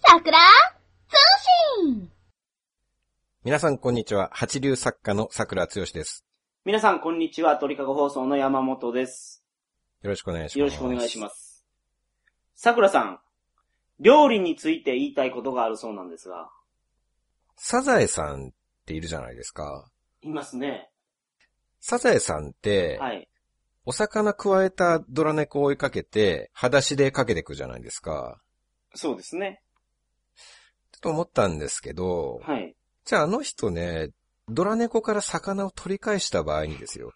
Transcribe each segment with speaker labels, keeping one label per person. Speaker 1: 桜通信
Speaker 2: 皆さんこんにちは。八流作家の桜剛です。
Speaker 3: 皆さん、こんにちは。鳥かご放送の山本です。
Speaker 2: よろしくお願いします。
Speaker 3: よろしくお願いします。さくらさん、料理について言いたいことがあるそうなんですが、
Speaker 2: サザエさんっているじゃないですか。
Speaker 3: いますね。
Speaker 2: サザエさんって、
Speaker 3: はい。
Speaker 2: お魚くわえたドラ猫を追いかけて、裸足でかけてくじゃないですか。
Speaker 3: そうですね。
Speaker 2: ちょっと思ったんですけど、
Speaker 3: はい。
Speaker 2: じゃああの人ね、ドラ猫から魚を取り返した場合にですよ。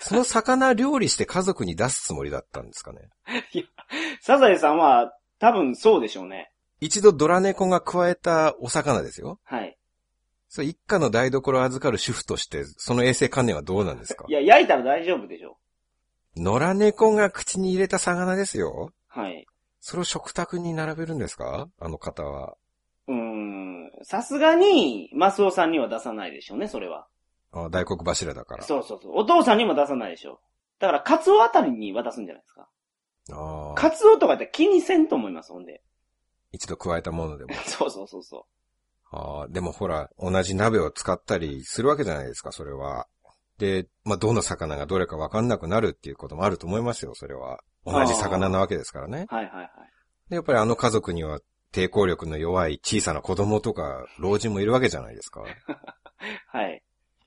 Speaker 2: その魚料理して家族に出すつもりだったんですかね。
Speaker 3: サザエさんは、多分そうでしょうね。
Speaker 2: 一度ドラ猫がくわえたお魚ですよ。
Speaker 3: はい。
Speaker 2: それ一家の台所を預かる主婦として、その衛生観念はどうなんですか
Speaker 3: いや、焼いたら大丈夫でしょ
Speaker 2: 野良猫が口に入れた魚ですよ。
Speaker 3: う。はい。
Speaker 2: それを食卓に並べるんですかあの方は。
Speaker 3: うーん。さすがに、マスオさんには出さないでしょうね、それは。
Speaker 2: あ大黒柱だから。
Speaker 3: そうそうそう。お父さんにも出さないでしょう。だから、カツオあたりに渡すんじゃないですか。
Speaker 2: ああ
Speaker 3: カツオとかって気にせんと思います、ほん で。
Speaker 2: 一度加えたものでも。
Speaker 3: そうそうそうそう。
Speaker 2: ああでもほら、同じ鍋を使ったりするわけじゃないですか、それは。で、まあ、どの魚がどれかわかんなくなるっていうこともあると思いますよ、それは。同じ魚なわけですからね。
Speaker 3: はいはいはい。
Speaker 2: で、やっぱりあの家族には抵抗力の弱い小さな子供とか老人もいるわけじゃない ですか。
Speaker 3: はい。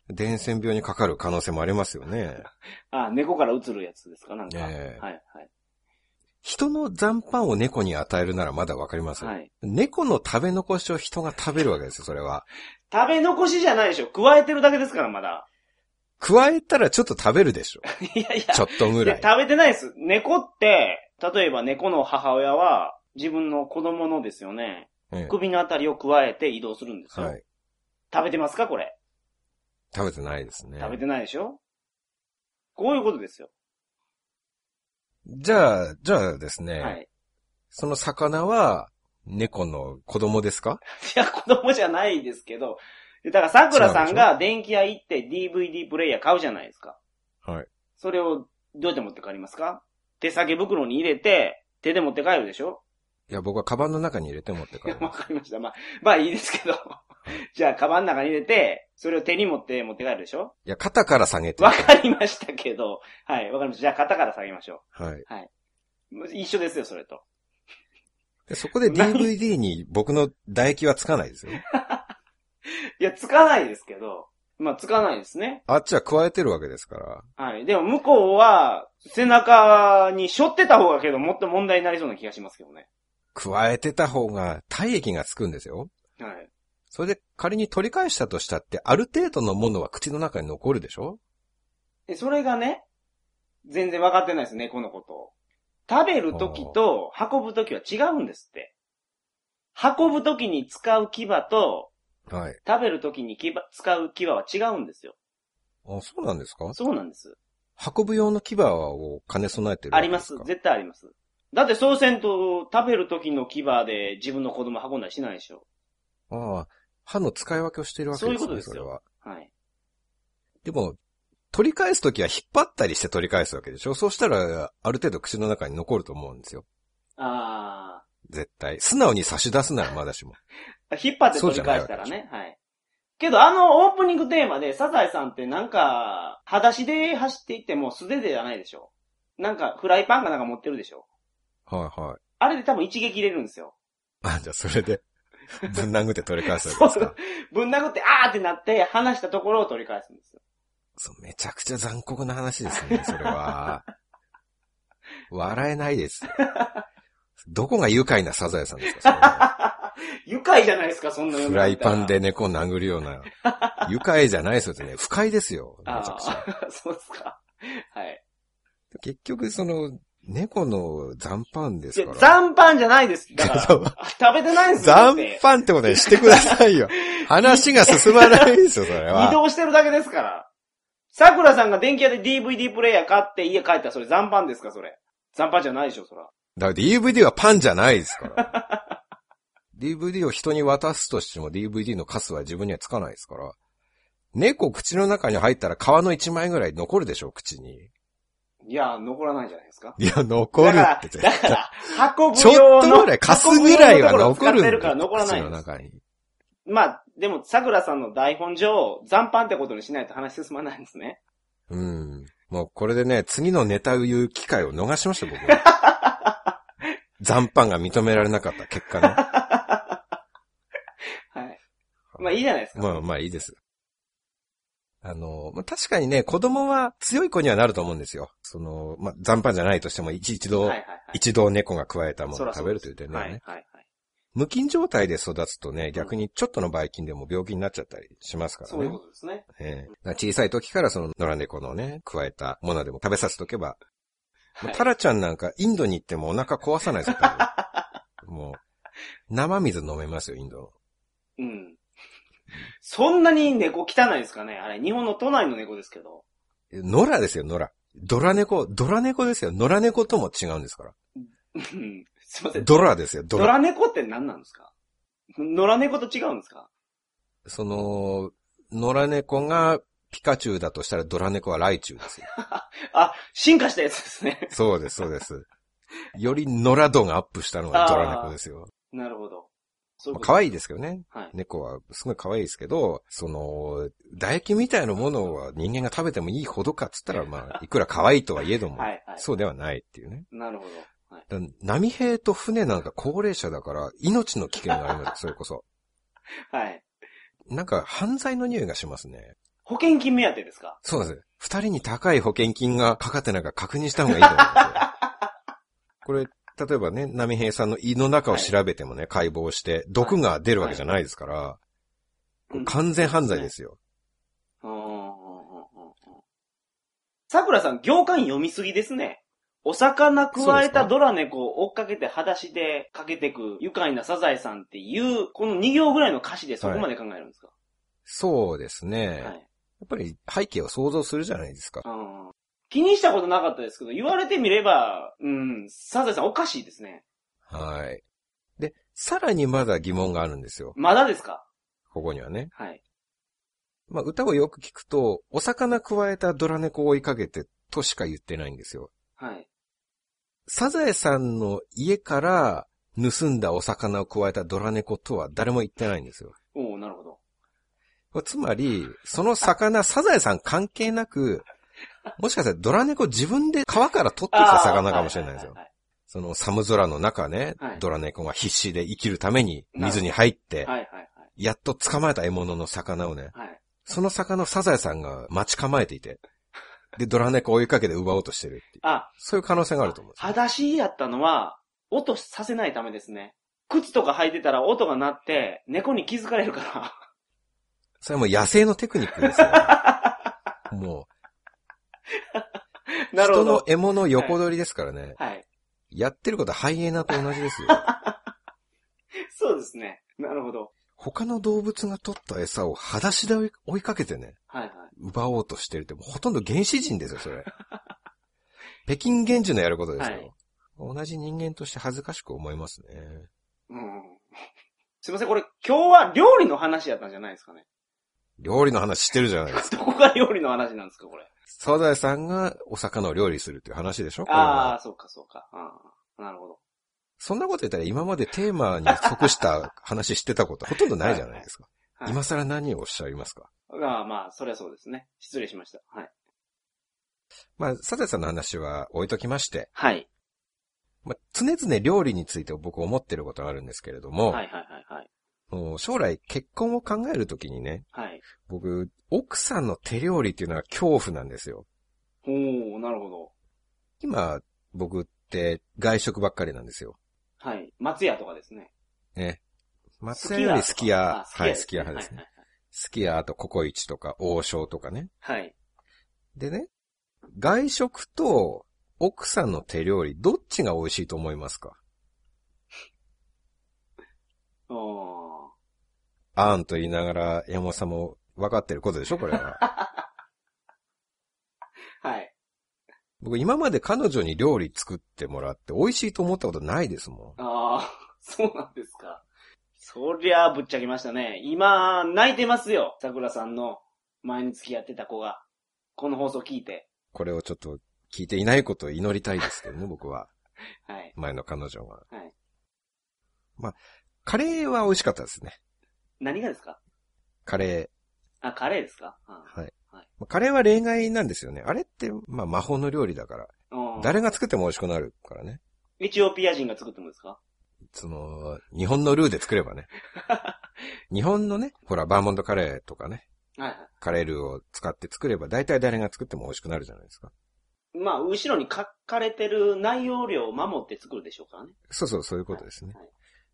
Speaker 2: 伝染病にかかる可能性もありますよね。
Speaker 3: あ、猫から移るやつですかなんか。
Speaker 2: ええ
Speaker 3: はい、はい。
Speaker 2: 人の残飯を猫に与えるならまだわかりますよ。
Speaker 3: はい。
Speaker 2: 猫の食べ残しを人が食べるわけですよ、それは。
Speaker 3: 食べ残しじゃないでしょ。加えてるだけですから、まだ。
Speaker 2: 加えたらちょっと食べるで しょ。
Speaker 3: いやいや。
Speaker 2: ちょっとぐらい
Speaker 3: で。食べてないです。猫って、例えば猫の母親は、自分の子供のですよね、
Speaker 2: え
Speaker 3: 首のあたりを加えて移動するんです
Speaker 2: え
Speaker 3: よ。
Speaker 2: はい。
Speaker 3: 食べてますかこれ。
Speaker 2: 食べてないですね。
Speaker 3: 食べてないでしょこういうことですよ。
Speaker 2: じゃあ、じゃあですね、
Speaker 3: はい。
Speaker 2: その魚は猫の子供ですか
Speaker 3: いや、子供じゃないですけど、だから桜さんが電気屋行って DVD プレイヤー買うじゃないですか。
Speaker 2: はい。
Speaker 3: それをどうやって持って帰りますか手提げ袋に入れて、手で持って帰るでしょ
Speaker 2: いや、僕はカバンの中に入れて持って帰る。
Speaker 3: わかりました。まあ、まあいいですけど。 じゃあ、カバンの中に入れて、それを手に持って持って帰るでしょ
Speaker 2: いや、肩から下げて。
Speaker 3: わ
Speaker 2: は
Speaker 3: かりましたけど。はい、わかりました。じゃあ、肩から下げましょ
Speaker 2: い。
Speaker 3: う。一緒ですよ、それと。
Speaker 2: でそこで DVD に僕の唾液はつかないですよ。
Speaker 3: いや、つかないですけど。まあ、つかないですね。
Speaker 2: あっちは加えてるわけですから。
Speaker 3: はい。でも、向こうは、背中に背負ってた方がけど、もっと問題になりそうな気がしますけどね。
Speaker 2: 加えてた方が体液がつくんですよ。
Speaker 3: はい。
Speaker 2: それで仮に取り返したとしたって、ある程度のものは口の中に残るでしょ
Speaker 3: で、それがね、全然分かってないです、猫のことを。食べるときと運ぶときは違うんですって。運ぶときに使う牙と、
Speaker 2: はい。
Speaker 3: 食べるときに牙使う牙は違うんですよ。
Speaker 2: あ、そうなんですか
Speaker 3: そうなんです。
Speaker 2: 運ぶ用の牙を兼ね備えてる
Speaker 3: あ
Speaker 2: わ
Speaker 3: り
Speaker 2: けで
Speaker 3: ます
Speaker 2: す。か
Speaker 3: 絶対あります。だってそうせんと食べるときの牙で自分の子供運んだりしないでしょ。
Speaker 2: ああ、歯の使い分けをしているわけですね、
Speaker 3: そう
Speaker 2: そ
Speaker 3: いうことですよ
Speaker 2: れは。
Speaker 3: はい。
Speaker 2: でも、取り返すときは引っ張ったりして取り返すわけでしょそうしたら、ある程度口の中に残ると思うんですよ。
Speaker 3: あ
Speaker 2: 絶対。素直に差し出すならまだしも。
Speaker 3: ー。引っ張って取り返したらね。はい。けどあのオープニングテーマでサザエさんってなんか、裸足で走っていっても素手でじゃないでしょ。なんかフライパンかなんか持ってるでしょ。
Speaker 2: はいはい。
Speaker 3: あれで多分一撃入れるんですよ。
Speaker 2: あ、じゃあそれ で、ぶん殴って取り返すわけですか。
Speaker 3: ぶん殴ってあーってなって離したところを取り返すんですよ。
Speaker 2: そう、めちゃくちゃ残酷な話ですね、それは。笑えないです。どこが愉快なサザエさんですかそれ は
Speaker 3: 愉快じゃないですか、そんな
Speaker 2: フ
Speaker 3: 読み
Speaker 2: ラ
Speaker 3: 方
Speaker 2: イパンで。猫を殴るよう な。愉快じゃないですよね。不快ですよ。めち
Speaker 3: あ
Speaker 2: ゃくちゃ。
Speaker 3: あ、 そうですか。はい。
Speaker 2: 結局、その、猫の残飯で
Speaker 3: い
Speaker 2: す
Speaker 3: や
Speaker 2: か、ら。
Speaker 3: 残飯じゃないです。だか ら、
Speaker 2: そう
Speaker 3: あ食べてないんですよ。だっ
Speaker 2: 残
Speaker 3: て
Speaker 2: 飯ってことにしてくださいよ。話が進まないですよ、それ
Speaker 3: 移
Speaker 2: は。
Speaker 3: 動してるだけですから。桜さんが電気屋で DVD プレイヤー買って家帰ったらそれ残飯ですか、それ。残飯じゃないでしょ、そら。
Speaker 2: だから DVD はパンじゃないですから。DVD を人に渡すとしても DVD のカスは自分にはつかないですから。猫口の中に入ったら皮の一枚ぐらい残るでしょ、口に。
Speaker 3: いや、残らないじゃないですか。
Speaker 2: いや、残る
Speaker 3: だか
Speaker 2: っ
Speaker 3: ら、
Speaker 2: て絶
Speaker 3: だ
Speaker 2: 対
Speaker 3: から、運ぶ
Speaker 2: ちょっ
Speaker 3: 用の。
Speaker 2: とぐらい、かすぐらいは残るん
Speaker 3: 運ぶ用のところを使って
Speaker 2: だ
Speaker 3: る
Speaker 2: よ
Speaker 3: から残らな
Speaker 2: 口
Speaker 3: い
Speaker 2: の
Speaker 3: んです。
Speaker 2: 中に。
Speaker 3: まあ、でも、桜さんの台本上、残飯ってことにしないと話進まないんですね。
Speaker 2: うん。もうこれでね、次のネタを言う機会を逃しました、僕。 残飯が認められなかった結果ね。
Speaker 3: はい。まあ、いいじゃないですか。
Speaker 2: まあまあいいです。あの、まあ、確かにね、子供は強い子にはなると思うんですよ。その、まあ、残飯じゃないとしても、一一度、
Speaker 3: はいはいはい。
Speaker 2: 一度猫が食わえたも
Speaker 3: そ
Speaker 2: の
Speaker 3: ら
Speaker 2: を
Speaker 3: そう
Speaker 2: 食べるという点ではね、
Speaker 3: はいはいはい。
Speaker 2: 無菌状態で育つとね、逆にちょっとのばい菌でも病気になっちゃったりしますからね。
Speaker 3: そういうことですね。
Speaker 2: ええだから小さい時からその野良猫のね、加えたものでも食べさせとけば、もう
Speaker 3: はい
Speaker 2: タラちゃんなんかインドに行ってもお腹壊さないですよ、多 分もう、生水飲めますよ、インドの。
Speaker 3: うん。そんなに猫汚いですかねあれ、日本の都内の猫ですけど。
Speaker 2: 野良ですよ、野良。ドラ猫、ドラ猫ですよ。野良猫とも違うんですから。
Speaker 3: うんすいません。
Speaker 2: ドラですよ、ド
Speaker 3: ド
Speaker 2: ラ。
Speaker 3: ラ猫って何なんですか野良猫と違うんですか
Speaker 2: その、野良猫がピカチュウだとしたらドラ猫はライチュウですよ。
Speaker 3: あ、進化したやつですね。
Speaker 2: そうです、そうです。より野良度がアップしたのがドラ猫ですよ。
Speaker 3: なるほど。そう
Speaker 2: まあ
Speaker 3: うこと
Speaker 2: 可愛いですけどね。
Speaker 3: はい。
Speaker 2: 猫はすごい可愛いですけど、その、唾液みたいなものは人間が食べてもいいほどかっつったら、まあ、いくら可愛いとは言えども、
Speaker 3: はいはい
Speaker 2: そうではないっていうね。
Speaker 3: なるほど。はい。
Speaker 2: だ波平と船なんか高齢者だから、命の危険がありますよ、それこそ。
Speaker 3: はい。
Speaker 2: なんか、犯罪の匂いがしますね。
Speaker 3: 保険金目当てですか
Speaker 2: そうなんですよ。二人に高い保険金がかかってないか確認した方がいいと思い ますよ。これ、例えばね、波平さんの胃の中を調べてもね、解剖して、毒が出るわけじゃないですから、これ完全犯罪ですよ。
Speaker 3: うんうんうんうんうん桜さん、行間読みすぎですね。お魚くわえたドラ猫を追っかけて裸足でかけてく愉快なサザエさんっていう、この2行ぐらいの歌詞でそこまで考えるんですか、
Speaker 2: そうですね。
Speaker 3: はい、
Speaker 2: やっぱり背景を想像するじゃないですか。
Speaker 3: うん気にしたことなかったですけど、言われてみれば、うん、サザエさんおかしいですね。
Speaker 2: はい。で、さらにまだ疑問があるんですよ。
Speaker 3: まだですか
Speaker 2: ここにはね。
Speaker 3: はい。
Speaker 2: まあ、歌をよく聞くと、お魚くわえたドラ猫を追いかけてとしか言ってないんですよ。
Speaker 3: はい。
Speaker 2: サザエさんの家から盗んだお魚をくわえたドラ猫とは誰も言ってないんですよ。
Speaker 3: おおなるほど。
Speaker 2: つまり、その魚、サザエさん関係なく、もしかしたらドラ猫自分で川から取ってきた魚かもしれないですよ
Speaker 3: あー。は
Speaker 2: その寒空の中ね、
Speaker 3: はい
Speaker 2: ドラ猫が必死で生きるために水に入って
Speaker 3: い、はいはいはいはい
Speaker 2: やっと捕まえた獲物の魚をね、
Speaker 3: はい。はい。
Speaker 2: その魚をサザエさんが待ち構えていて、で、ドラ猫を追いかけて奪おうとしてるっていう、
Speaker 3: あ、
Speaker 2: そういう可能性があると思うんですよ
Speaker 3: 裸足やったのは、音させないためですね。靴とか履いてたら音が鳴って、猫に気づかれるか
Speaker 2: それはもう野生のテクニックです よ。も
Speaker 3: ら。
Speaker 2: う、
Speaker 3: なる
Speaker 2: 人の
Speaker 3: ほど。
Speaker 2: 獲物を横取りですからね、
Speaker 3: はい。
Speaker 2: やってることはハイエナと同じですよ。
Speaker 3: そうですね。なるほど。
Speaker 2: 他の動物が取った餌を裸足で追いかけてね、
Speaker 3: はいはい。
Speaker 2: 奪おうとしてるって、もうほとんど原始人ですよ、そ れ。北京原人のやることですよ。
Speaker 3: はい
Speaker 2: 同じ人間として恥ずかしく思いますね。
Speaker 3: うん。すいません、これ今日は料理の話やったんじゃないですかね。
Speaker 2: 料理の話してるじゃないですか。
Speaker 3: どこが料理の話なんですか、これ。
Speaker 2: サザエさんがお魚を料理するっていう話でしょこれ
Speaker 3: あ
Speaker 2: は
Speaker 3: あ、そうかそうか。あーなるほど。
Speaker 2: そんなこと言ったら今までテーマに即した話してた ことほとんどないじゃないですか。
Speaker 3: はい、
Speaker 2: 今更何をおっしゃいますか
Speaker 3: あーまあ、そりゃそうですね。失礼しました。はい。
Speaker 2: まあ、サザエさんの話は置いときまして、
Speaker 3: はい。
Speaker 2: まあ、常々料理について僕思ってることがあるんですけれども、
Speaker 3: はいはいはいはい。
Speaker 2: もう将来結婚を考えるときにね、
Speaker 3: はい。
Speaker 2: 僕、奥さんの手料理っていうのは恐怖なんですよ。
Speaker 3: おおなるほど。
Speaker 2: 今、僕って外食ばっかりなんですよ。
Speaker 3: はい。松屋とかですね。
Speaker 2: ね。松屋より好き屋、
Speaker 3: 好き
Speaker 2: は
Speaker 3: 屋
Speaker 2: い、好き屋派ですね。
Speaker 3: ね。
Speaker 2: 好き屋、あとココイチとか王将とかね。
Speaker 3: はいはい。
Speaker 2: でね、外食と奥さんの手料理、どっちが美味しいと思いますか
Speaker 3: お
Speaker 2: あーんと言いながら山本さんも分かってることでしょこれは。
Speaker 3: ーはい。
Speaker 2: 僕今まで彼女に料理作ってもらって美味しいと思ったことないですも
Speaker 3: ああ、そうなんですか。そりゃあぶっちゃけましたね。今、泣いてますよ。桜さんの前に付き合ってた子が。この放送聞いて。
Speaker 2: ん。これをちょっと聞いていないことを祈りたいですけどね、僕は。
Speaker 3: はい。
Speaker 2: 前の彼女は。
Speaker 3: はい
Speaker 2: カレーは美味しかったですね。
Speaker 3: 何がですか
Speaker 2: カレ
Speaker 3: あ、カレーですか、
Speaker 2: ー。はい。まあカレーは例外なんですよね。あれって、まあ魔法の料理だから。
Speaker 3: うんうん
Speaker 2: 誰が作っても美味しくなるからね。
Speaker 3: エチオピア人が作ってもですか
Speaker 2: その、日本のルーで作れ ばね。日本のね、ほら、バーモントカレーとかね、
Speaker 3: はいは
Speaker 2: カレールーを使って作れば、大体誰が作っても美味しくなるじゃないですか。
Speaker 3: い。まあ、後ろに書かれてる内容量を守って作るでしょうからね。
Speaker 2: そうそう、そういうことですね
Speaker 3: はい。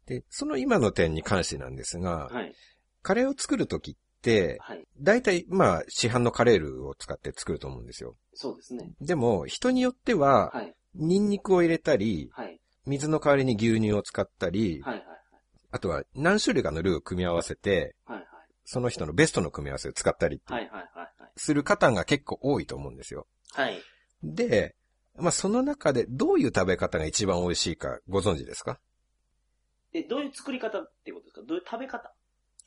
Speaker 2: で、その今の点に関してなんですが、
Speaker 3: はい。
Speaker 2: カレーを作るときって、
Speaker 3: はい。
Speaker 2: 大体、まあ、市販のカレールーを使って作ると思うんですよ。
Speaker 3: そうですね。
Speaker 2: でも、人によっては、
Speaker 3: はい。
Speaker 2: ニンニクを入れたり、
Speaker 3: はい。
Speaker 2: 水の代わりに牛乳を使ったり、
Speaker 3: はいはい。
Speaker 2: あとは何種類かのルーを組み合わせて、
Speaker 3: はいはい。
Speaker 2: その人のベストの組み合わせを使ったりって
Speaker 3: はいはいはいはい。
Speaker 2: する方が結構多いと思うんですよ。
Speaker 3: はい。
Speaker 2: で、まあ、その中でどういう食べ方が一番美味しいかご存知ですか
Speaker 3: え、どういう作り方っていうことですかどういう食べ方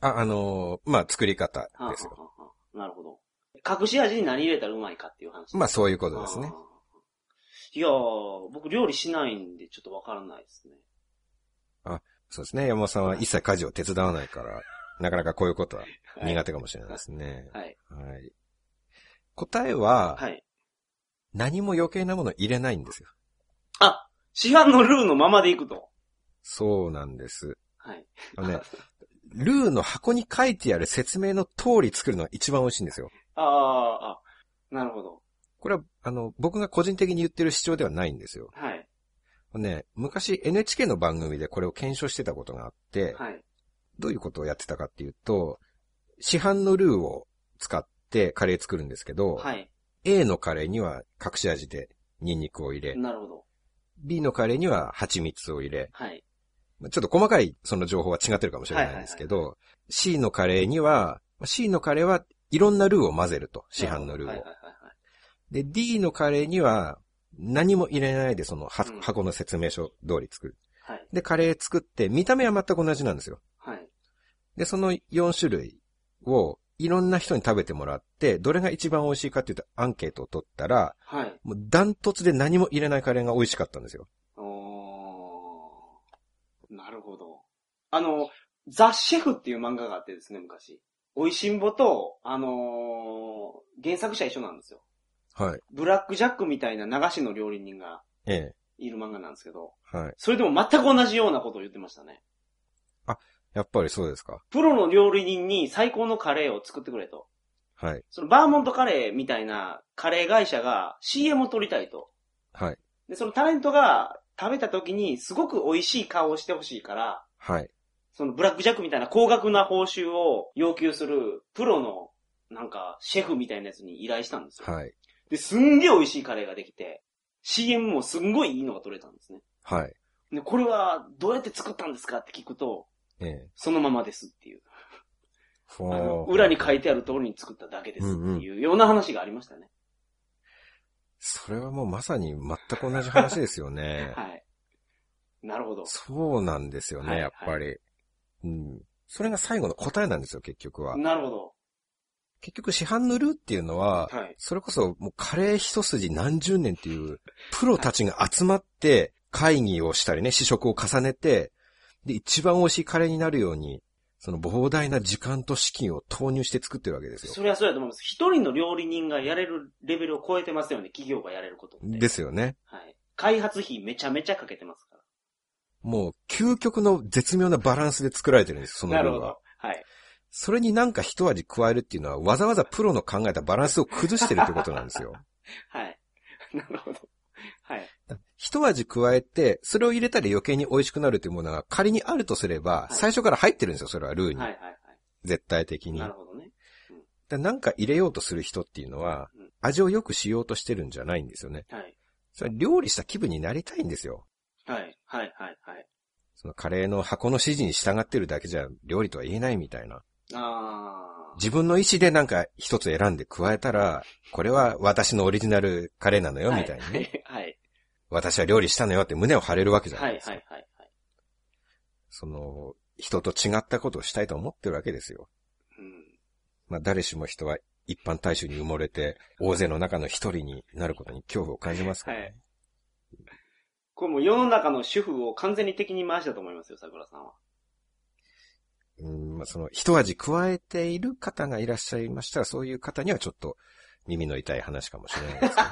Speaker 2: あ、あのーまあ、作り方
Speaker 3: はあ
Speaker 2: ですよ。
Speaker 3: はあはあなるほど。隠し味に何入れたらうまいかっていう話。
Speaker 2: まあ、
Speaker 3: そ
Speaker 2: そういうことですね。。
Speaker 3: いやー、僕料理しないんでちょっとわからないですね。
Speaker 2: そうですね。山本さんは一切家事を手伝わないから、なかなかこういうことは
Speaker 3: はい
Speaker 2: 苦手かもしれないですね。
Speaker 3: はい。
Speaker 2: はい。答えは、
Speaker 3: はい。
Speaker 2: 何も余計なもの入れないんですよ。
Speaker 3: あ、市販のルーのままでいくと。そう
Speaker 2: そうなんです。
Speaker 3: はい。
Speaker 2: あのね、ルーの箱に書いてある説明の通り作るのが一番美味しいんですよ。
Speaker 3: ああ、あ、なるほど。
Speaker 2: これは、あの、僕が個人的に言ってる主張ではないんですよ。
Speaker 3: はい。
Speaker 2: ね、昔 NHK の番組でこれを検証してたことがあって、
Speaker 3: はい。
Speaker 2: どういうことをやってたかっていうと、市販のルーを使ってカレー作るんですけど、
Speaker 3: はい。
Speaker 2: A のカレーには隠し味でニンニクを入れ、
Speaker 3: なるほど。
Speaker 2: B のカレーには蜂蜜を入れ、
Speaker 3: はい。
Speaker 2: まあちょっと細かいその情報は違ってるかもしれないんですけど、C のカレーには、まあ C のカレーはいろんなルーを混ぜると、市販のルーを。
Speaker 3: はいはいはい
Speaker 2: で、D のカレーには何も入れないでそのは
Speaker 3: うん
Speaker 2: 箱の説明書通り作る。
Speaker 3: はい。
Speaker 2: で、カレー作って見た目は全く同じなんですよ。
Speaker 3: はい。はい。
Speaker 2: で、その4種類をいろんな人に食べてもらって、どれが一番美味しいかっていうとアンケートを取ったら、
Speaker 3: はい。
Speaker 2: もうダントツで何も入れないカレーが美味しかったんですよ。
Speaker 3: おーなるほど。あの、ザ・シェフっていう漫画があってですね、昔。美味しんぼと、あのー原作者一緒なんですよ。
Speaker 2: はい。
Speaker 3: ブラックジャックみたいな流しの料理人が
Speaker 2: ええ。
Speaker 3: いる漫画なんですけど、
Speaker 2: はい。
Speaker 3: それでも全く同じようなことを言ってましたね。
Speaker 2: やっぱりそうですか。
Speaker 3: プロの料理人に最高のカレーを作ってくれと。
Speaker 2: はい。
Speaker 3: そのバーモントカレーみたいなカレー会社が CM を撮りたいと。
Speaker 2: はい。
Speaker 3: で、そのタレントが食べた時にすごく美味しい顔をしてほしいから、
Speaker 2: はい。
Speaker 3: そのブラックジャックみたいな高額な報酬を要求するプロのなんかシェフみたいなやつに依頼したんですよ。
Speaker 2: はい。
Speaker 3: で、すんげえ美味しいカレーができて、CM もすんごいいいのが取れたんですね。
Speaker 2: はい。
Speaker 3: で、これはどうやって作ったんですかって聞くと、
Speaker 2: ええ。
Speaker 3: そのままですっていう。
Speaker 2: ふ
Speaker 3: あの
Speaker 2: わー
Speaker 3: 裏に書いてある通りに作っただけですっていうような話がありましたね。
Speaker 2: それはもうまさに全く同じ話ですよね。
Speaker 3: はい。なるほど。
Speaker 2: そうなんですよ
Speaker 3: は
Speaker 2: ね、
Speaker 3: い
Speaker 2: やっぱり。うん。それが最後の答えなんですよ、結局は。
Speaker 3: なるほど。
Speaker 2: 結局市販のルーっていうのは、
Speaker 3: はい。
Speaker 2: それこそもうカレー一筋何十年っていうプロたちが集まって会議をしたりね、試食を重ねて、で、一番美味しいカレーになるように、その膨大な時間と資金を投入して作ってるわけです
Speaker 3: そ
Speaker 2: よ。
Speaker 3: れはそうだと思います。一人の料理人がやれるレベルを超えてますよね、企業がやれることって。
Speaker 2: ですよね。
Speaker 3: はい。開発費めちゃめちゃかけてますか
Speaker 2: もう究極の絶妙なバランスで作られてるんですよ、そ
Speaker 3: ら。
Speaker 2: のル
Speaker 3: なる
Speaker 2: ー
Speaker 3: ほ
Speaker 2: は
Speaker 3: ど。。はい。
Speaker 2: それになんか一味加えるっていうのはわざわざプロの考えたバランスを崩してるってことなん ですよ。
Speaker 3: はい。なるほど。はい。
Speaker 2: 一味加えて、それを入れたら余計に美味しくなるっていうものが仮にあるとすれば、
Speaker 3: い
Speaker 2: 最初から入ってるんですよ、それはルーに。
Speaker 3: はいはいは
Speaker 2: 絶対的
Speaker 3: い。
Speaker 2: に。
Speaker 3: なる
Speaker 2: だか
Speaker 3: ほどね。
Speaker 2: らなんか入れようとする人っていうのは
Speaker 3: うん、
Speaker 2: 味を良くしようとしてるんじゃないんですよね。
Speaker 3: はい。
Speaker 2: それは料理した気分になりたいんですよ。
Speaker 3: はい。はいはいはい。
Speaker 2: そのカレーの箱の指示に従ってるだけじゃ料理とは言えないみたいな。
Speaker 3: あー。
Speaker 2: 自分の意思でなんか一つ選んで加えたら、これは私のオリジナルカレーなのよ、みたいにね。
Speaker 3: はい。
Speaker 2: 私は料理したのよって胸を張れるわけじゃ
Speaker 3: は
Speaker 2: ないい
Speaker 3: はい
Speaker 2: ですか。
Speaker 3: はいはい。
Speaker 2: その、人と違ったことをしたいと思ってるわけですよ。
Speaker 3: うん。
Speaker 2: まあ、誰しも人は一般大衆に埋もれて、大勢の中の一人になることに恐怖を感じますからね。
Speaker 3: はいこれもう世の中の主婦を完全に敵に回したと思いますよ、桜さんは。
Speaker 2: うん、まあ、その、一味加えている方がいらっしゃいましたら、そういう方にはちょっと耳の痛い話かもしれないですけどね。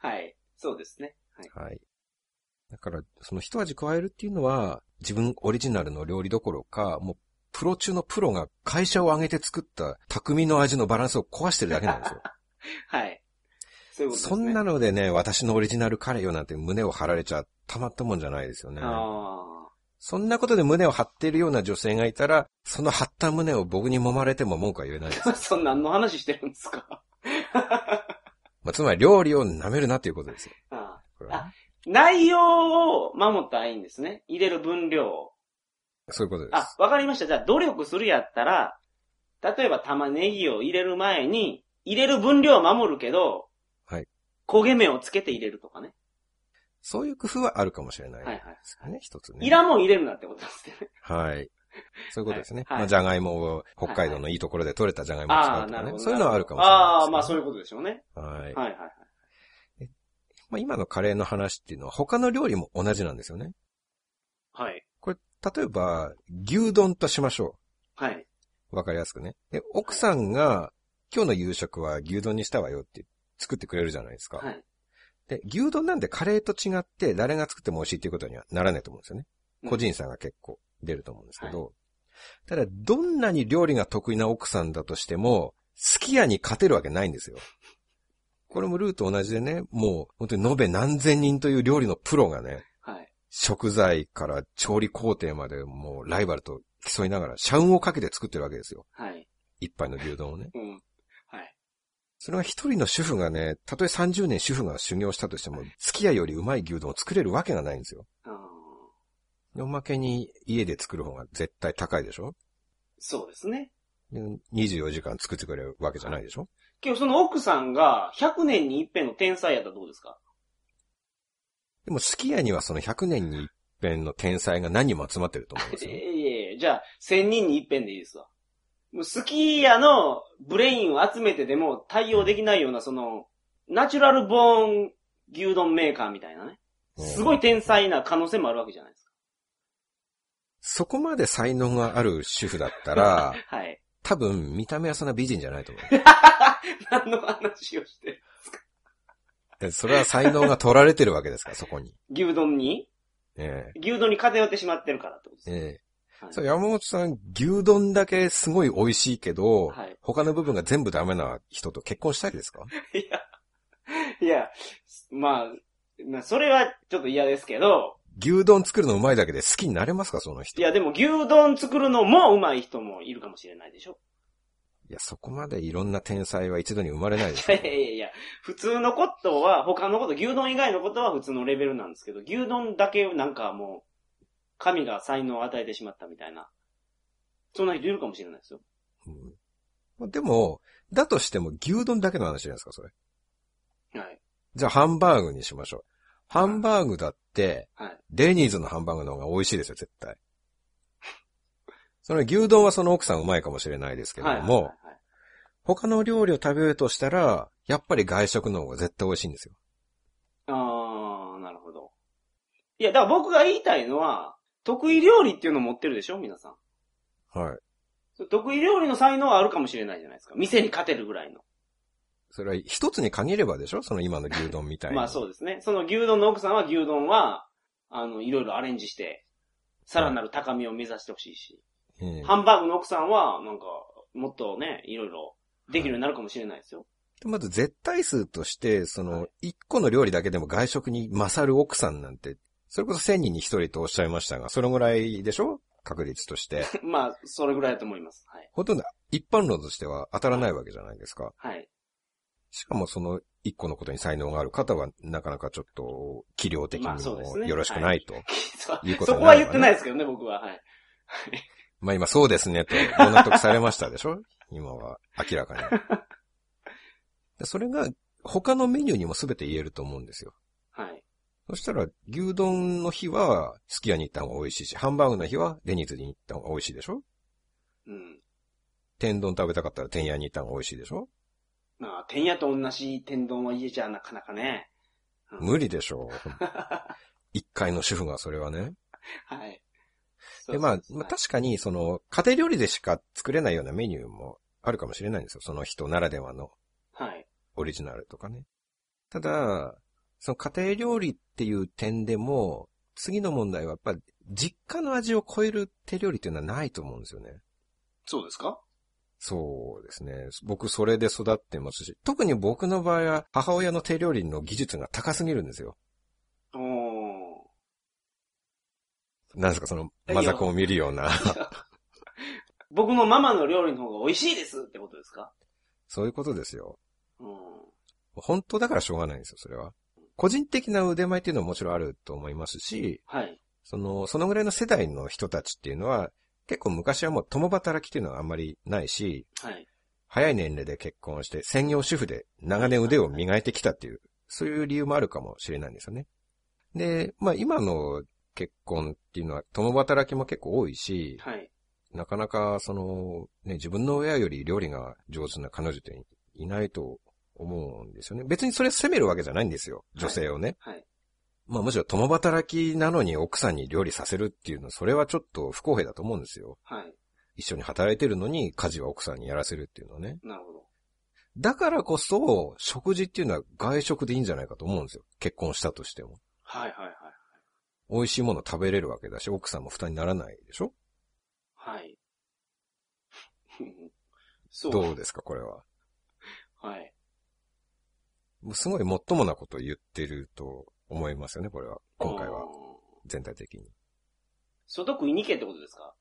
Speaker 3: はい。そうですね。はい。
Speaker 2: はい。だから、その一味加えるっていうのは、自分オリジナルの料理どころか、もう、プロ中のプロが会社を挙げて作った匠の味のバランスを壊してるだけなんですよ。
Speaker 3: はい。そういうことです
Speaker 2: そ
Speaker 3: ね。
Speaker 2: んなのでね、私のオリジナルカレーよなんて胸を張られちゃたまったもんじゃないですよね。
Speaker 3: あ
Speaker 2: そんなことで胸を張ってるような女性がいたら、その張った胸を僕に揉まれても文句は言えないです。
Speaker 3: あ。 そんなんの話してるんですか
Speaker 2: まあ、つまり料理を舐めるなっていうことですよ。
Speaker 3: ああ
Speaker 2: これはね
Speaker 3: 内容を守ったらいいんですね。入れる分量を。
Speaker 2: そういうことで
Speaker 3: あ、わかりました。じゃあ努力するやったら、例えば玉ねぎを入れる前に、入れる分量は守るけど、
Speaker 2: はい。
Speaker 3: 焦げ目をつけて入れるとかね。
Speaker 2: す。そういう工夫はあるかもしれない
Speaker 3: はいはい
Speaker 2: ですよね、一つね。
Speaker 3: いらんもん入れるなってことですね。
Speaker 2: はい。そういうことですね。
Speaker 3: はいはい
Speaker 2: まあ、じゃがいもを、北海道のいいところで取れたじゃがいもを使
Speaker 3: あ
Speaker 2: う
Speaker 3: あ、
Speaker 2: と
Speaker 3: な
Speaker 2: か
Speaker 3: る
Speaker 2: ね
Speaker 3: ほ。ど。
Speaker 2: そういうのはあるかもしれない、
Speaker 3: ああ、まあそういう
Speaker 2: こ
Speaker 3: ことでしょうね。
Speaker 2: と。はい。
Speaker 3: はいはいはい。
Speaker 2: まあ、今のカレーの話っていうのは他の料理も同じなんですよね。
Speaker 3: はい。
Speaker 2: これ、例えば、牛丼としましょ
Speaker 3: はい。
Speaker 2: う。わかりやすくね。で、奥さんが、今日の夕食は牛丼にしたわよって作ってくれるじゃないですか。
Speaker 3: はい。
Speaker 2: で、牛丼なんでカレーと違って誰が作っても美味しいっていうことにはならないと思うんですよね。個人差が結構出ると思うんですけど。ただ、どんなに料理が得意な奥さんだとしても、すき家に勝てるわけないんですよ。これもルーと同じでね、もう本当に延べ何千人という料理のプロがね、
Speaker 3: はい。
Speaker 2: 食材から調理工程までもうライバルと競いながら、社運をかけて作ってるわけですよ。
Speaker 3: はい。
Speaker 2: 一杯の牛丼をね。
Speaker 3: うん。はい。
Speaker 2: それが一人の主婦がね、たとえ30年主婦が修行したとしても、月屋よりうまい牛丼を作れるわけがないんですよ。
Speaker 3: あー
Speaker 2: でおまけに家で作る方が絶対高いでしょ
Speaker 3: そうですね。
Speaker 2: で ?24 時間作ってくれるわけじゃないでしょ
Speaker 3: 今日その奥さんが100年に一遍の天才やったらどうですか
Speaker 2: でも月屋にはその100年に一遍の天才が何人も集まってると思うんです
Speaker 3: え
Speaker 2: よ。
Speaker 3: えじゃあ、1000人に一遍でいいですわ。もうスキーヤのブレインを集めてでも対応できないような、その、ナチュラルボーン牛丼メーカーみたいなね。すごい天才な可能性もあるわけじゃないですか。
Speaker 2: そこまで才能がある主婦だった ら、
Speaker 3: はい。
Speaker 2: 多分見た目はそんな美人じゃないと思う。
Speaker 3: 何の話をしてる。
Speaker 2: でそれは才能が取られてるわけですから、そこに。
Speaker 3: 牛丼に
Speaker 2: え
Speaker 3: 牛丼に偏ってしまってるからってことです
Speaker 2: え
Speaker 3: ね。
Speaker 2: ええ
Speaker 3: はい
Speaker 2: そう、山本さん、牛丼だけすごい美味しいけど、
Speaker 3: はい
Speaker 2: 他の部分が全部ダメな人と結婚したいですか
Speaker 3: いや、いや、まあ、まあ、それはちょっと嫌ですけど、
Speaker 2: 牛丼作るのうまいだけで好きになれますかその人。
Speaker 3: いや、でも牛丼作るのもうまい人もいるかもしれないでしょ。
Speaker 2: いやそこまでいろんな天才は一度に生まれない です
Speaker 3: い
Speaker 2: よ
Speaker 3: やいやいや、普通のことは、他のこと、牛丼以外のことは普通のレベルなんですけど、牛丼だけなんかもう、神が才能を与えてしまったみたいな。そんな人いるかもしれないですよ。
Speaker 2: うんまあでも、だとしても牛丼だけの話じゃないですか、それ。
Speaker 3: はい。
Speaker 2: じゃあハンバーグにしましょう。ハンバーグだって、
Speaker 3: はい。
Speaker 2: デニーズのハンバーグの方が美味しいですよ、絶対。その牛丼はその奥さんうまいかもしれないですけれ
Speaker 3: はい。
Speaker 2: ども、他の料理を食べるとしたら、やっぱり外食の方が絶対美味しいんですよ。
Speaker 3: あー、なるほど。いや、だから僕が言いたいのは、得意料理っていうのを持ってるでしょ皆さん。
Speaker 2: はい。
Speaker 3: 得意料理の才能はあるかもしれないじゃないですか。店に勝てるぐらいの。
Speaker 2: それは一つに限ればでしょその今の牛丼みたいな。
Speaker 3: まあそうですね。その牛丼の奥さんは牛丼は、あの、いろいろアレンジして、さらなる高みを目指してほしいし、
Speaker 2: ええ
Speaker 3: ハンバーグの奥さんは、なんか、もっとね、いろいろできるようになるかもしれないですよ。
Speaker 2: でまず絶対数として、その、一個の料理だけでも外食に勝る奥さんなんて、それこそ千人に一人とおっしゃいましたが、それぐらいでしょ確率と して。
Speaker 3: まあ、それぐらいだと思います。はい。
Speaker 2: ほとんど一般論としては当たらないわけじゃないですか。
Speaker 3: はい。
Speaker 2: しかもその一個のことに才能がある方は、なかなかちょっと、器量的に
Speaker 3: まあそうで
Speaker 2: も
Speaker 3: すね
Speaker 2: よろしくないと。
Speaker 3: そ
Speaker 2: いうこと
Speaker 3: そ
Speaker 2: にな
Speaker 3: こ
Speaker 2: る
Speaker 3: は
Speaker 2: わね
Speaker 3: 言ってないですけどね、僕は。はい。
Speaker 2: まあ今そうですねと、ご納得されましたでしょ 今は、明らかに。でそれが、他のメニューにも全て言えると思うんですよ。
Speaker 3: はい。
Speaker 2: そしたら、牛丼の日は、すき家に行った方が美味しいし、ハンバーグの日は、デニーズに行った方が美味しいでしょ
Speaker 3: うん。
Speaker 2: 天丼食べたかったら天屋に行った方が美味しいでしょ
Speaker 3: まあ、天屋と同じ天丼は家じゃなかなかね。うん
Speaker 2: 無理でしょう。 一階の主婦がそれはね。
Speaker 3: はい。
Speaker 2: で、まあ、
Speaker 3: そうそうそう
Speaker 2: まあ確かに、その、家庭料理でしか作れないようなメニューもあるかもしれないんですよ。その人ならではの
Speaker 3: はい。
Speaker 2: オリジナルとかね。ただ、その家庭料理っていう点でも、次の問題はやっぱり実家の味を超える手料理っていうのはないと思うんですよね。
Speaker 3: そうですか
Speaker 2: そうですね。僕それで育ってますし、特に僕の場合は母親の手料理の技術が高すぎるんですよ。
Speaker 3: おー。
Speaker 2: なんですかその、マザコンを見るような。
Speaker 3: 僕のママの料理の方が美味しいですってことですか
Speaker 2: そういうことですよ。
Speaker 3: うん。
Speaker 2: 本当だからしょうがないんですよ、それは。個人的な腕前っていうのはもちろんあると思いますし、
Speaker 3: はい。
Speaker 2: その、そのぐらいの世代の人たちっていうのは、結構昔はもう共働きっていうのはあんまりないし、
Speaker 3: はい。
Speaker 2: 早い年齢で結婚して専業主婦で長年腕を磨いてきたっていう、そういう理由もあるかもしれないんですよね。で、まあ今の結婚っていうのは共働きも結構多いし、
Speaker 3: はい。
Speaker 2: なかなかその、ね、自分の親より料理が上手な彼女っていないと思うんですよね。別にそれ責めるわけじゃないんですよ、女性をね。
Speaker 3: はい。
Speaker 2: まあむしろ共働きなのに奥さんに料理させるっていうのは、それはちょっと不公平だと思うんですよ。
Speaker 3: はい。
Speaker 2: 一緒に働いてるのに家事は奥さんにやらせるっていうのはね。
Speaker 3: なるほど。
Speaker 2: だからこそ、食事っていうのは外食でいいんじゃないかと思うんですよ。結婚したとしても。
Speaker 3: はいはい
Speaker 2: 美味しいもの食べれるわけだし、奥さんも負担にならないでしょ
Speaker 3: はい。 はい。そう。
Speaker 2: どうですか、これは。
Speaker 3: はい。
Speaker 2: もうすごいもっともなことを言ってると思いますよね、これは。今回
Speaker 3: あ
Speaker 2: は
Speaker 3: ー。。
Speaker 2: 全体的に。
Speaker 3: 外食いに行けってことですか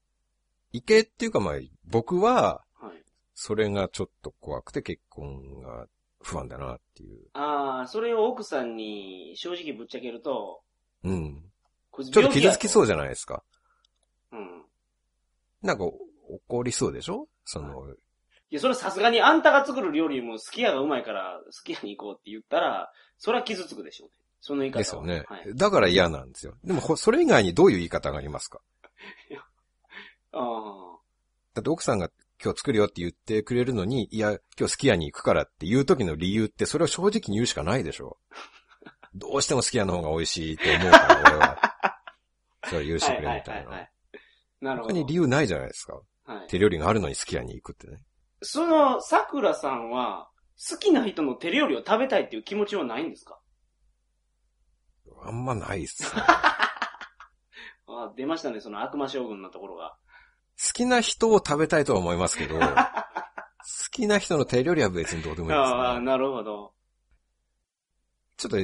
Speaker 2: いけっていうかまあ、僕は、
Speaker 3: はい。
Speaker 2: それがちょっと怖くて結婚が不安だなっていう。
Speaker 3: ああ、それを奥さんに正直ぶっちゃけると、
Speaker 2: うん。
Speaker 3: こいつ。
Speaker 2: ちょっと傷つきそううじゃないですか。
Speaker 3: うん。
Speaker 2: なんか、お怒りそうでしょその、
Speaker 3: いや、それさすがにあんたが作る料理よりも好き家がうまいから、好き家に行こうって言ったら、それは傷つくでしょうね。その言い方は。
Speaker 2: ですよね、
Speaker 3: はい。
Speaker 2: だから嫌なんですよ。でも、ほそれ以外にどういう言い方がありますか
Speaker 3: ああ。
Speaker 2: だって奥さんが今日作るよって言ってくれるのに、いや、今日スキヤに行くからっていう時の理由って、それを正直に言うしかないでし ょ。どうしてもスキヤの方が美味しいって思うから、俺は。それ許してくれみたい
Speaker 3: ははは
Speaker 2: な。
Speaker 3: い。なるほ
Speaker 2: 他
Speaker 3: ど。
Speaker 2: に理由ないじゃないですか。
Speaker 3: はい。
Speaker 2: 手料理があるのにスキヤに行くってね。
Speaker 3: その、桜さんは、好きな人の手料理を食べたいっていう気持ちはないんですか
Speaker 2: あんまないっすね、
Speaker 3: ああ、出ましたね、その悪魔将軍のところが。
Speaker 2: 好きな人を食べたいとは思いますけ ど、好きな人の手料理は別にどうでもいいです、
Speaker 3: ああ、
Speaker 2: ね。
Speaker 3: なるほど。
Speaker 2: ちょっと、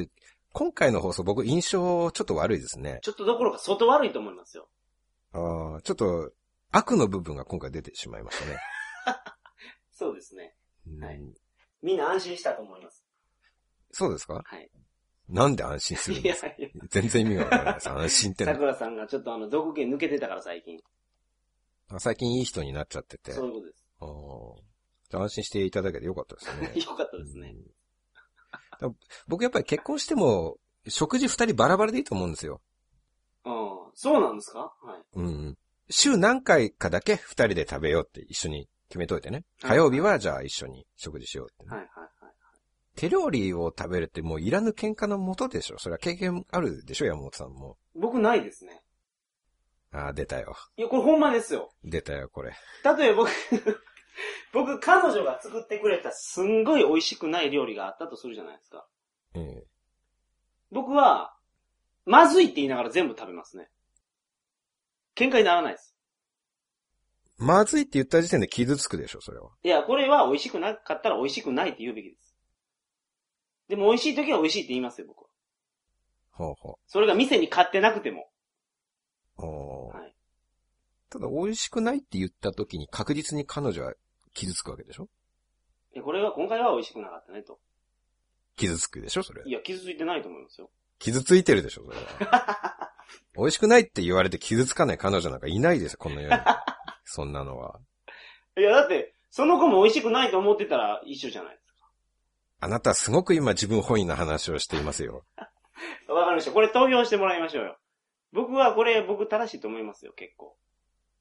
Speaker 2: 今回の放送僕印象ちょっと悪いですね。
Speaker 3: ちょっとどころか外悪いと思いますよ。
Speaker 2: ああ、ちょっと、悪の部分が今回出てしまいましたね。
Speaker 3: そうですね。
Speaker 2: うん
Speaker 3: はいみんな安心したと思います。
Speaker 2: そうですか
Speaker 3: はい。
Speaker 2: なんで安心するん
Speaker 3: いや
Speaker 2: ですか
Speaker 3: いや、
Speaker 2: 全然意味がわから ないです。安心ってのは
Speaker 3: 桜さんがちょっとあの、毒気抜けてたから最近。
Speaker 2: あ最近いい人になっちゃってて。
Speaker 3: そういうことです。
Speaker 2: あーじゃあ安心していただけてよかったですね。
Speaker 3: よかったですね。
Speaker 2: うんだから僕やっぱり結婚しても、食事二人バラバラでいいと思うんですよ。
Speaker 3: ああ、そうなんですかはい。
Speaker 2: うん。週何回かだけ二人で食べようって一緒に決めといてね。
Speaker 3: は
Speaker 2: 火
Speaker 3: い
Speaker 2: 曜日はじゃあ一緒に食事しようってね、
Speaker 3: はいはいはい。
Speaker 2: 手料理を食べるってもういらぬ喧嘩のもとでしょ。それは経験あるでしょ、山本さんも。
Speaker 3: 僕ないですね。
Speaker 2: ああ、出たよ。
Speaker 3: いや、これほんまですよ。
Speaker 2: 出たよ、これ。
Speaker 3: 例えば僕、 僕、彼女が作ってくれたすんごい美味しくない料理があったとするじゃないですか。
Speaker 2: うん。
Speaker 3: 僕は、まずいって言いながら全部食べますね。喧嘩にならないです。
Speaker 2: まずいって言った時点で傷つくでしょ、それは。
Speaker 3: いや、これは美味しくなかったら美味しくないって言うべきです。でも美味しい時は美味しいって言いますよ、僕は。
Speaker 2: ほうほ
Speaker 3: それが店に買ってなくても。
Speaker 2: う。おー
Speaker 3: はい
Speaker 2: ただ、美味しくないって言った時に確実に彼女は傷つくわけでしょ
Speaker 3: いやこれは、今回は美味しくなかったねと。
Speaker 2: 傷つくでしょ、それ
Speaker 3: い。や、傷ついてないと思いますよ。
Speaker 2: 傷ついてるでしょ、それは。 美味しくないって言われて傷つかない彼女なんかいないですよ、この世に。そんなのは。
Speaker 3: いや、だって、その子も美味しくないと思ってたら一緒じゃないです
Speaker 2: あなたはすごく今自分本位な話をしていますよ。
Speaker 3: か。わかりました。これ投票してもらいましょうよ。僕はこれ、僕正しいと思いますよ、結構。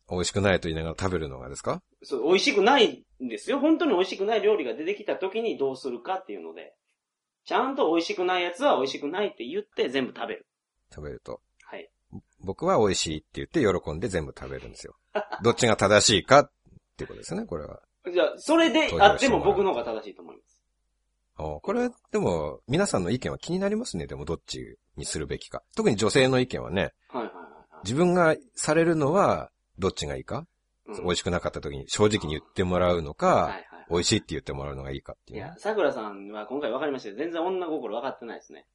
Speaker 2: 美味しくないと言いながら食べるのがですか
Speaker 3: そう、美味しくないんですよ。本当に美味しくない料理が出てきた時にどうするかっていうので、ちゃんと美味しくないやつは美味しくないって言って全部食べる。
Speaker 2: 食べると。
Speaker 3: はい。
Speaker 2: 僕は美味しいって言って喜んで全部食べるんですよ。どっちが正しいかっていうことですね、これは。
Speaker 3: じゃあ、それであっても僕の方が正しいと思います。
Speaker 2: あこれ、でも、皆さんの意見は気になりますね。でも、どっちにするべきか。特に女性の意見はね、
Speaker 3: はいはいはい
Speaker 2: 自分がされるのは、どっちがいいか、
Speaker 3: はい。
Speaker 2: 美味
Speaker 3: し
Speaker 2: しくなかった時に正直に言ってもらうのか、
Speaker 3: はいはい。
Speaker 2: 美味しいって言ってもらうのがいいかって
Speaker 3: い
Speaker 2: いうね、
Speaker 3: や、桜さんは今回分かりましたけど、全然女心分かってないですね。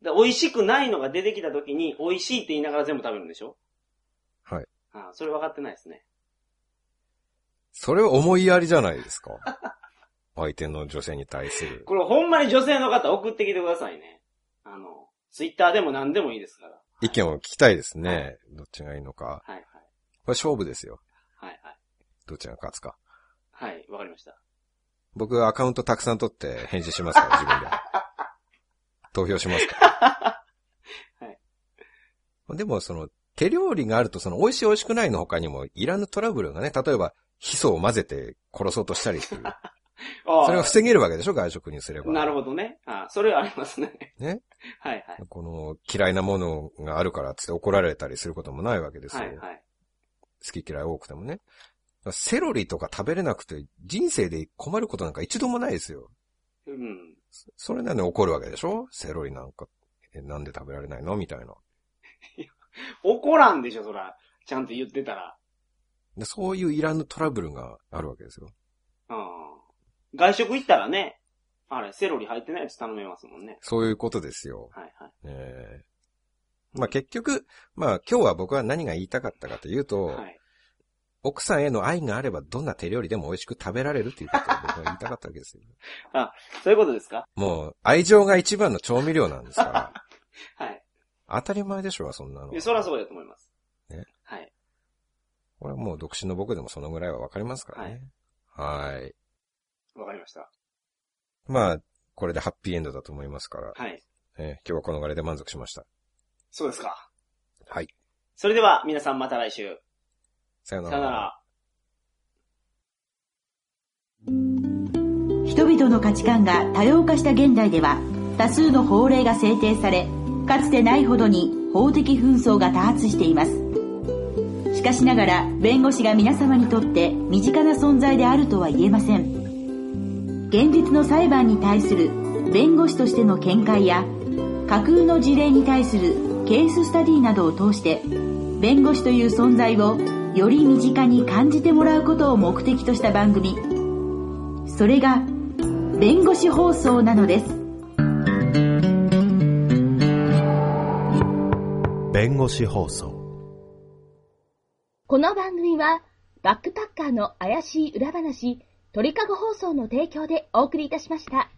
Speaker 3: で美味しくないのが出てきた時に、美味しいって言いながら全部食べるんでしょ
Speaker 2: はい。
Speaker 3: ああそれ分かってないですね。
Speaker 2: それは思いやりじゃないです か。相手の女性に対する。
Speaker 3: これほんまに女性の方送ってきてくださいね。あの、ツイッターでも何でもいいですから。
Speaker 2: 意見を聞きたいですね。どっちがいいのか。
Speaker 3: はいはい。
Speaker 2: これ勝負ですよ。
Speaker 3: はいはい。
Speaker 2: どっちが勝つか。
Speaker 3: はい、わかりま した。
Speaker 2: 僕アカウントたくさん取って返事しますから、自分で。 投票しますから。
Speaker 3: はい
Speaker 2: でも、その、手料理があると、その、美味しい美味しくないの他にも、いらぬトラブルがね、例えば、ヒ素を混ぜて殺そうとしたりっていう。
Speaker 3: ああ
Speaker 2: それを防げるわけでしょ、外食にすれば。
Speaker 3: なるほどね。ああそれはありますね。
Speaker 2: ね。
Speaker 3: はいはい。
Speaker 2: この、嫌いなものがあるからっつって怒られたりすることもないわけですよ。
Speaker 3: はいはい。
Speaker 2: 好き嫌い多くてもね。セロリとか食べれなくて、人生で困ることなんか一度もないですよ。
Speaker 3: うん。
Speaker 2: それなのに怒るわけでしょセロリなんか、え、なんで食べられないのみたいな。
Speaker 3: 怒らんでしょ、そら。ちゃんと言ってたら。
Speaker 2: で、そういういらぬトラブルがあるわけですよ。
Speaker 3: うん。外食行ったらね、あれ、セロリ入ってないやつ頼めますもんね。
Speaker 2: そういうことですよ。
Speaker 3: はいはい。
Speaker 2: ええまあ結局、まあ今日は僕は何が言いたかったかというと、
Speaker 3: はい。
Speaker 2: 奥さんへの愛があればどんな手料理でも美味しく食べられるっていうことを僕は言いたかったわけですよ。
Speaker 3: そういうことですか
Speaker 2: もう愛情が一番の調味料なんですから、
Speaker 3: はい。
Speaker 2: 当たり前でしょうが、そんなの
Speaker 3: で。そらそうだと思います。
Speaker 2: ね。
Speaker 3: はい。
Speaker 2: これはもう独身の僕でもそのぐらいはわかりますからね。はい。
Speaker 3: わかりました。
Speaker 2: まあ、これでハッピーエンドだと思いますから、
Speaker 3: はい。
Speaker 2: えー今日はこのぐらいで満足しました。
Speaker 3: そうですか。
Speaker 2: はい。
Speaker 3: それでは、皆さんまた来週。
Speaker 2: さよ
Speaker 3: さよなら。
Speaker 4: 人々の価値観が多様化した現代では多数の法令が制定されかつてないほどに法的紛争が多発していますしかしながら弁護士が皆様にとって身近な存在であるとは言えません現実の裁判に対する弁護士としての見解や架空の事例に対するケーススタディなどを通して弁護士という存在をより身近に感じてもらうことを目的とした番組それが弁護士放送なのです
Speaker 5: 弁護士放送
Speaker 1: この番組は、バックパッカーの怪しい裏話、鳥かご放送の提供でお送りいたしました。